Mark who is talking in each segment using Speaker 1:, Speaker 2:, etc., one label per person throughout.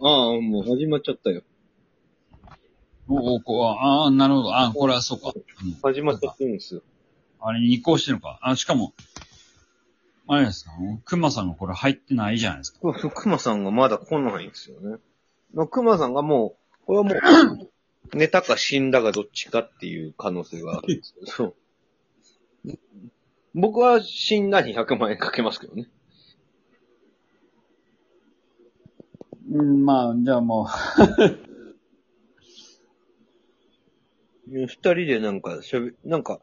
Speaker 1: ああ、もう始まっちゃったよ。
Speaker 2: おおこああ、なるほど。あこれはそうか。うん
Speaker 1: 始まっちゃってるんですよ。
Speaker 2: あれに移行してるのか。あ、しかも、あれですか、熊さんがこれ入ってないじゃないですか。
Speaker 1: そうそう、熊さんがまだ来ないんですよね。熊さんがもう、これはもう、 寝たか死んだかどっちかっていう可能性があるんですけど、そう。僕は死んだに100万円かけますけどね。
Speaker 2: うん、まあ、じゃあもう。
Speaker 1: 二人でなんかしゃべ、なんか、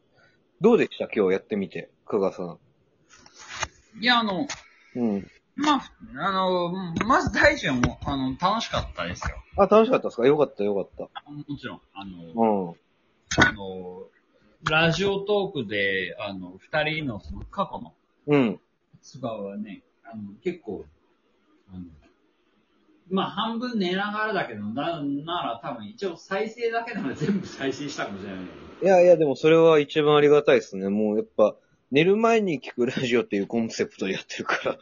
Speaker 1: どうでした今日やってみて、久我さん。
Speaker 2: いや、あの、
Speaker 1: うん。
Speaker 2: まあ、あの、まず大臣はもう、あの、楽しかったですよ。
Speaker 1: あ、楽しかったですかよかったよかった。
Speaker 2: もちろん、あ
Speaker 1: うん。
Speaker 2: の、あの、ラジオトークで、あの、二人のその過去の
Speaker 1: うん。
Speaker 2: 素顔はね、あの、結構、あの、まあ、半分寝ながらだけど、な、なら多分一応再生だけなら全部再生したかもしれない。
Speaker 1: いやいや、でもそれは一番ありがたいですね。もうやっぱ、寝る前に聞くラジオっていうコンセプトでやってるから。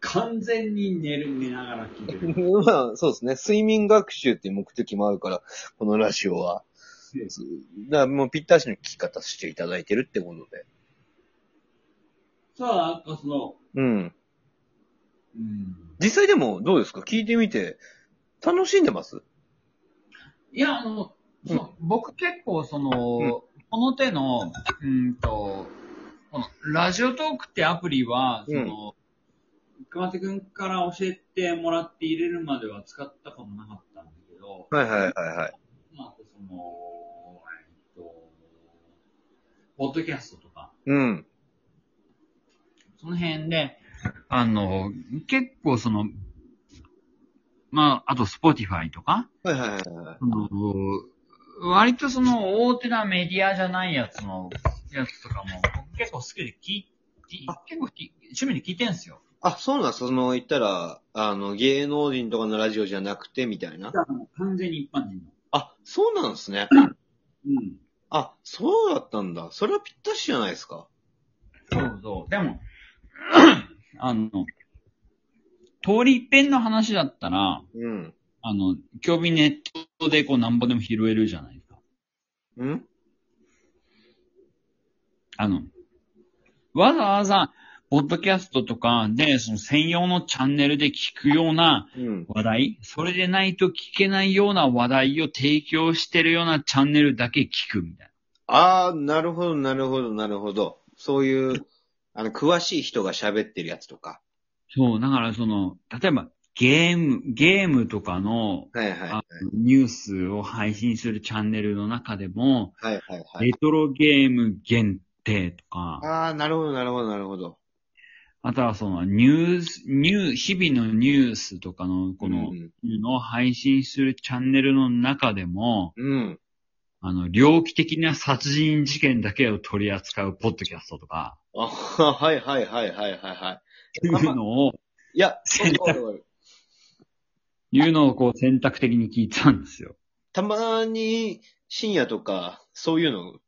Speaker 2: 完全に寝る、寝ながら聞いて る。
Speaker 1: まあ、そうですね。睡眠学習っていう目的もあるから、このラジオは。だからもうぴったしの聞き方していただいてるってことで。
Speaker 2: ただ、なんかその、
Speaker 1: うん。
Speaker 2: うん。
Speaker 1: 実際でもどうですか聞いてみて、楽しんでます
Speaker 2: いや、あの、その僕結構その、
Speaker 1: うん
Speaker 2: この手の、うんと、この、ラジオトークってアプリは、その、熊手くんから教えてもらって入れるまでは使ったことなかったんだけど、
Speaker 1: はいはいはいはい。
Speaker 2: まあ、その、えっと、ポッドキャストとか、
Speaker 1: うん。
Speaker 2: その辺で、あの、結構その、まあ、あとスポティファイとか、
Speaker 1: はいはいはいはい。
Speaker 2: その割とその大手なメディアじゃないやつの、やつとかも、僕結構好きで聞い聞い
Speaker 1: あ
Speaker 2: 結構き趣味で聞いてんすよ。
Speaker 1: あ、そうなんですその、言ったら、あの、芸能人とかのラジオじゃなくて、みたいな。
Speaker 2: 完全に一般人の。
Speaker 1: あ、そうなんですね。
Speaker 2: うん。
Speaker 1: あ、そうだったんだ。それはぴったしじゃないですか。
Speaker 2: そうそう。でも、 あの、通り一遍の話だったら、
Speaker 1: うん。
Speaker 2: あの、興味ネットでこうなんぼでも拾えるじゃないですか。
Speaker 1: うん
Speaker 2: あの、わざわざ、ポッドキャストとかで、その専用のチャンネルで聞くような
Speaker 1: うん。
Speaker 2: 話題、それでないと聞けないような話題を提供してるようなチャンネルだけ聞くみたい
Speaker 1: ああ、なるほど、なるほど、なるほど。そういう、あの、詳しい人が喋ってるやつとか。
Speaker 2: な。そう、だからその、例えば、ゲーム、ゲームとか
Speaker 1: は
Speaker 2: の、
Speaker 1: いはい。
Speaker 2: あニュースを配信するチャンネルの中でも、
Speaker 1: はいはいはい。
Speaker 2: レトロゲーム限定とか、
Speaker 1: ああ、なるほど、なるほど、なるほど。
Speaker 2: あとはそのニュース、ニュー、日々のニュースとかの、この
Speaker 1: う、ん。
Speaker 2: いうのを配信するチャンネルの中でも、
Speaker 1: うん。
Speaker 2: あの、猟奇的な殺人事件だけを取り扱うポッドキャストとか、
Speaker 1: あはいはいはいはいはいは
Speaker 2: いうの を、
Speaker 1: い。いや、
Speaker 2: 選択
Speaker 1: わかるわかる
Speaker 2: いうのをこう選択的に聞いたんですよ。
Speaker 1: たまに深夜とか、そういうの、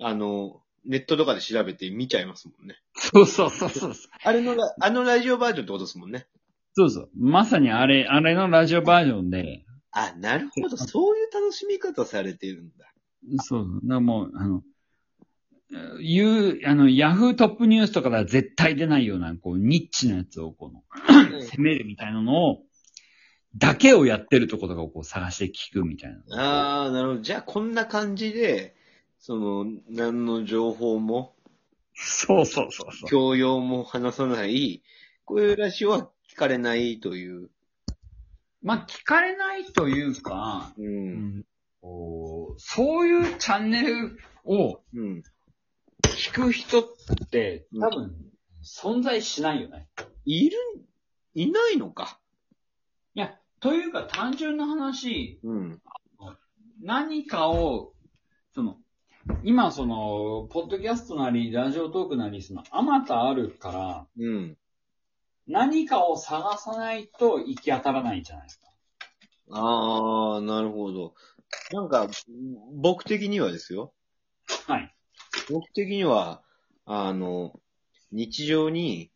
Speaker 1: あの、ネットとかで調べて見ちゃいますもんね。
Speaker 2: そうそうそうそう。
Speaker 1: あれのラ、あのラジオバージョンってことですもんね。
Speaker 2: そうそう。まさにあれ、あれのラジオバージョンで、
Speaker 1: あ、なるほど。そういう楽しみ方されてるん だ。
Speaker 2: そうそう、だからもう、あの、いう、あの、ヤフートップニュースとかでは絶対出ないような、こう、ニッチなやつを、この、攻めるみたいなのを、だけをやってるところとかをこう探して聞くみたいな。
Speaker 1: ああ、なるほど。じゃあ、こんな感じで、その、何の情報も、
Speaker 2: そうそうそうそう。
Speaker 1: 教養も話さない、こういうラジオは聞かれないという。
Speaker 2: まあ、聞かれないというか、
Speaker 1: う。
Speaker 2: うんん、こうそういうチャンネルを
Speaker 1: うん。
Speaker 2: 聞く人って、多分、存在しないよね。
Speaker 1: いる、いないのか。
Speaker 2: いや、というか単純な話、
Speaker 1: うん。
Speaker 2: 何かを、その、今その、ポッドキャストなり、ラジオトークなり、その、あまたあるから、
Speaker 1: うん。
Speaker 2: 何かを探さないと行き当たらないじゃないですか。
Speaker 1: ああ、なるほど。なんか、僕的にはですよ。
Speaker 2: はい。
Speaker 1: 僕的には、あの、日常に、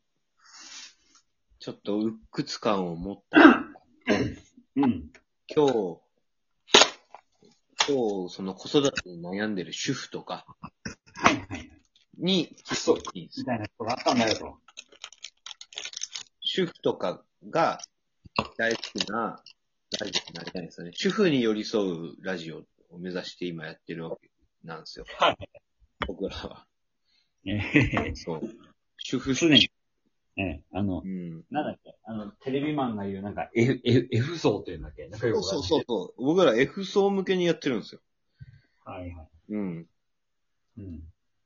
Speaker 1: ちょっと鬱屈感を持った
Speaker 2: うん。
Speaker 1: 今日、今日、その子育てに悩んでる主婦とか
Speaker 2: はいはい。
Speaker 1: に、
Speaker 2: そうみたいなことがあったんだよと。
Speaker 1: 主婦とかが大好きなラジオになりたいんですよね。主婦に寄り添うラジオを目指して今やってるわけなんですよ。
Speaker 2: はい。
Speaker 1: 僕らは。
Speaker 2: ええ
Speaker 1: そう。主婦
Speaker 2: 常に、ええあの
Speaker 1: う、ん。
Speaker 2: なんだっけ、あの、テレビマンが言う、なんか、F、F、F 層っていうんだっけなんか
Speaker 1: そう
Speaker 2: よく
Speaker 1: そう
Speaker 2: う。
Speaker 1: そうそう。僕ら F 層向けにやってるんですよ。
Speaker 2: はいはい。
Speaker 1: うん。
Speaker 2: うん。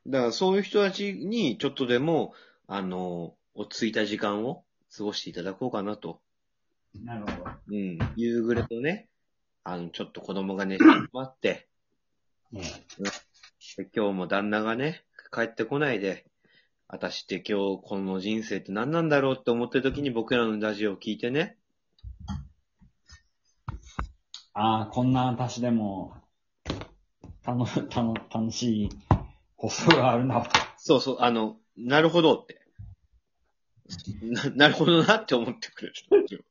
Speaker 1: だからそういう人たちにちょっとでも、あの、落ち着いた時間を過ごしていただこうかなと。
Speaker 2: なるほど。
Speaker 1: うん。夕暮れとね、あの、ちょっと子供が寝てしまって、
Speaker 2: え
Speaker 1: で今日も旦那がね、帰ってこないで、私って今日この人生って何なんだろうって思ってる時に僕らのラジオを聞いてね、
Speaker 2: ああ、こんな私でも、たの、たの、楽しい放送があるな。
Speaker 1: そうそう、あの、なるほどって。な、なるほどなって思ってくれる。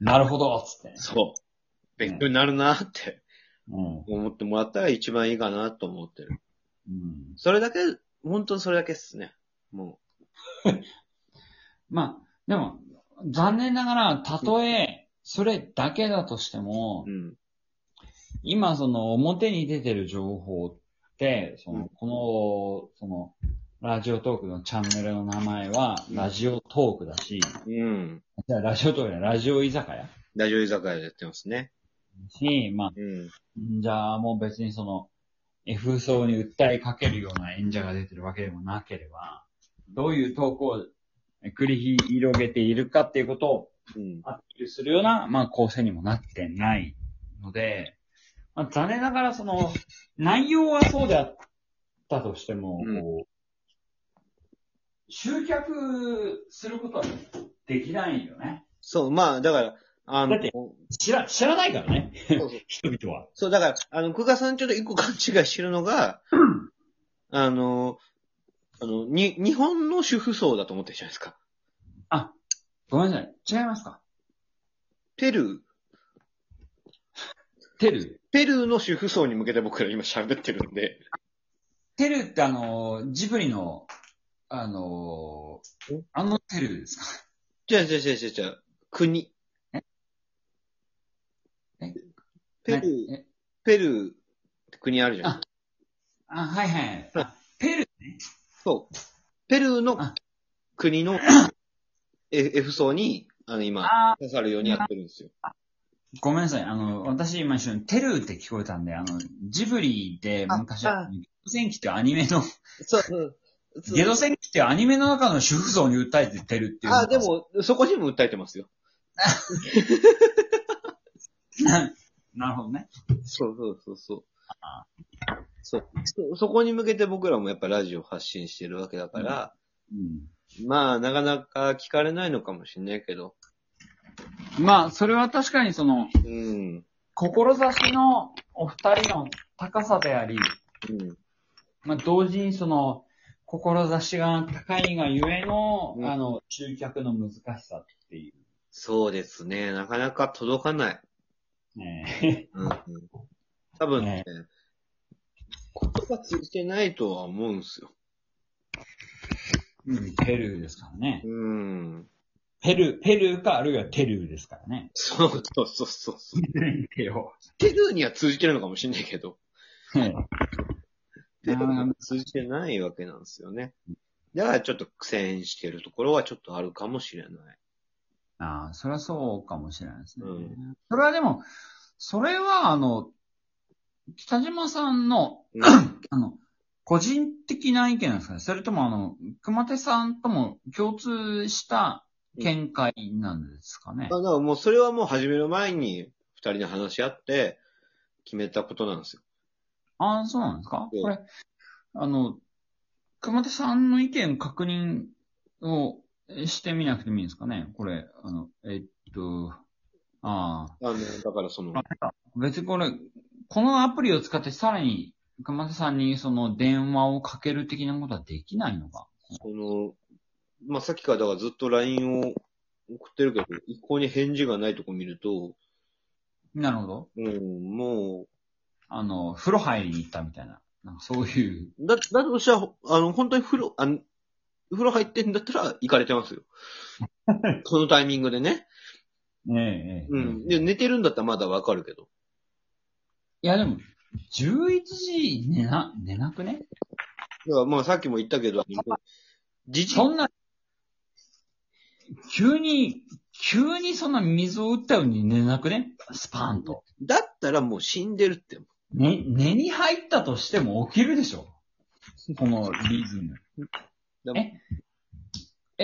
Speaker 2: なるほどつって。
Speaker 1: そう。勉強になるなって
Speaker 2: うん。
Speaker 1: 思ってもらったら一番いいかなと思ってる。
Speaker 2: うん。
Speaker 1: それだけ、本当にそれだけっすね。も
Speaker 2: まあ、でも、残念ながら、たとえ、それだけだとしても
Speaker 1: う。う、ん。
Speaker 2: 今、その、表に出てる情報って、そ
Speaker 1: うん
Speaker 2: の、この、その、ラジオトークのチャンネルの名前は、ラジオトークだし、
Speaker 1: うん。
Speaker 2: じゃあラジオトークやラジオ居酒屋だ
Speaker 1: ラジオ居酒屋でやってますね。
Speaker 2: し、まあ、
Speaker 1: うん。
Speaker 2: じゃあもう別にその、F 層に訴えかけるような演者が出てるわけでもなければ、どういう投稿を繰り広げているかっていうことを
Speaker 1: うん。
Speaker 2: アピールするような、まあ構成にもなってないので、まあ残念ながらその、内容はそうであったとしても、
Speaker 1: うん
Speaker 2: こう、集客することはできないよね。
Speaker 1: そう、まあ、だから、あの
Speaker 2: だって、知ら、知らないからね、
Speaker 1: そうそう
Speaker 2: 人々は。
Speaker 1: そう、だから、あの、久我さんちょっと一個勘違いしてるのが、あの、あの、に、日本の主婦層だと思ってるじゃないですか。
Speaker 2: あ、ごめんなさい。違いますか
Speaker 1: ペルー、
Speaker 2: テル
Speaker 1: ペルーの主婦層に向けて僕ら今喋ってるんで、
Speaker 2: テルってあのー、ジブリの、あのー
Speaker 1: ん、
Speaker 2: あのテルですか
Speaker 1: じゃあじゃあじゃあじゃあじゃあ国。
Speaker 2: ええ
Speaker 1: ペルー、
Speaker 2: なえ
Speaker 1: ペルーって国あるじゃん
Speaker 2: あ。あ、はいはい。あペル、
Speaker 1: そう。ペルーの
Speaker 2: あ
Speaker 1: 国のえ F 層に、あの、今、
Speaker 2: あ
Speaker 1: 刺さるようにやってるんですよ。
Speaker 2: ごめんなさい。あの、私今一瞬テルって聞こえたんで、あの、ジブリで昔、
Speaker 1: ああ
Speaker 2: ゲド戦記っていうアニメの、
Speaker 1: そう、そうそう
Speaker 2: ゲド戦記っていうアニメの中の主婦像に訴えてテルっていうのが。
Speaker 1: あ、でも、そこにも訴えてますよ。
Speaker 2: な。 なるほどね。
Speaker 1: そうそうそうそう
Speaker 2: あ。
Speaker 1: そうそ。そこに向けて僕らもやっぱラジオ発信してるわけだから、
Speaker 2: う
Speaker 1: まあ、なかなか聞かれないのかもしれないけど。
Speaker 2: ん。まあ、それは確かにその、
Speaker 1: うん。
Speaker 2: 志のお二人の高さであり、
Speaker 1: うん。
Speaker 2: まあ、同時にその、志が高いがゆえの、
Speaker 1: うん
Speaker 2: あの、集客の難しさってい
Speaker 1: そうですね。なかなか届かない。
Speaker 2: う。ね、
Speaker 1: うん。多分ね
Speaker 2: ね、
Speaker 1: 言葉ついてないとは思うんですよ。
Speaker 2: うんペルーですからね。
Speaker 1: うん。
Speaker 2: ペルー、ペルーかあるいはテルーですからね。
Speaker 1: そうそうそうそうそう。
Speaker 2: ペよ。
Speaker 1: ペルーには通じてるのかもしれないけど、ペルーには通じてないわけなんですよね。だからちょっと苦戦してるところはちょっとあるかもしれない。
Speaker 2: ああ、それはそうかもしれないですね。
Speaker 1: うん
Speaker 2: それはでも、それはあの、北島さんの、
Speaker 1: うん
Speaker 2: あの、個人的な意見なんですかねそれともあの、熊手さんとも共通した見解なんですかね、
Speaker 1: あだからもうそれはもう始める前に二人で話し合って決めたことなんですよ。
Speaker 2: ああ、そうなんですか
Speaker 1: うん
Speaker 2: これ、あの、熊手さんの意見確認をしてみなくてもいいんですかねこれ、あの、えっと、あ
Speaker 1: あの、だからその、
Speaker 2: あ、別にこれ、このアプリを使ってさらに熊手さんにその電話をかける的なことはできないのか
Speaker 1: その、まあ、さっきからだからずっと LINE を送ってるけど、一向に返事がないとこ見ると、
Speaker 2: なるほど。
Speaker 1: うん、も
Speaker 2: あの、風呂入りに行ったみたいな。なんかそういう。
Speaker 1: う、だ、だとしたら、あの、本当に風呂、あの、風呂入ってんだったら行かれてますよ。このタイミングでね。
Speaker 2: ええ、ええ。
Speaker 1: うん。で、寝てるんだったらまだわかるけど。
Speaker 2: いや、でも、11時寝な、寝なくね
Speaker 1: だからまあさっきも言ったけど、じじい
Speaker 2: そんな、急に、急にそんな水を打ったように寝なくねスパーンと。
Speaker 1: だったらもう死んでるって。
Speaker 2: ね、寝に入ったとしても起きるでしょこのリズム。え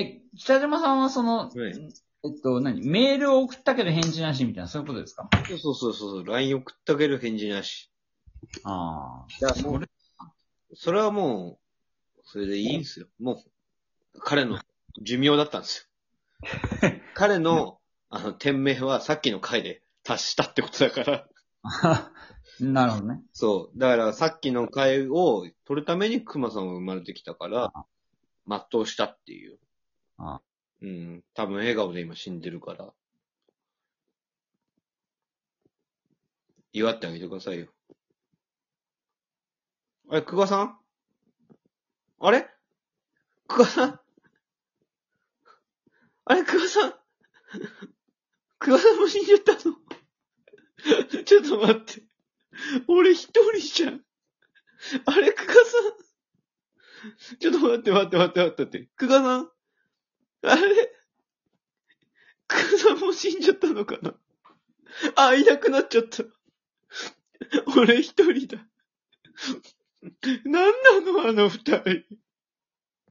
Speaker 2: え、北島さんはその、
Speaker 1: はい
Speaker 2: えっと、何メールを送ったけど返事なしみたいな、そういうことですか
Speaker 1: そうそうそうそう、LINE 送ったけど返事なし。
Speaker 2: あ
Speaker 1: だ
Speaker 2: あ。
Speaker 1: からも
Speaker 2: そうれ
Speaker 1: それはもう、それでいいんですよ。もう、彼の寿命だったんです よ。彼の、あの、天命はさっきの回で達したってことだから。
Speaker 2: なるほどね。
Speaker 1: そう。だからさっきの回を取るために熊さんは生まれてきたから、全うしたっていう。
Speaker 2: あ
Speaker 1: うん。多分笑顔で今死んでるから。祝ってあげてくださいよ。あれ、久我さんあれ久我さんあれ、久我さん 久我さんも死んじゃったの ちょっと待って。俺一人じゃん。あれ、久我さん。ちょっと待って待って待って待って待って。久我さん。あれ久我さんも死んじゃったのかなあ、いなくなっちゃった。俺一人だ。なんなのあの二人。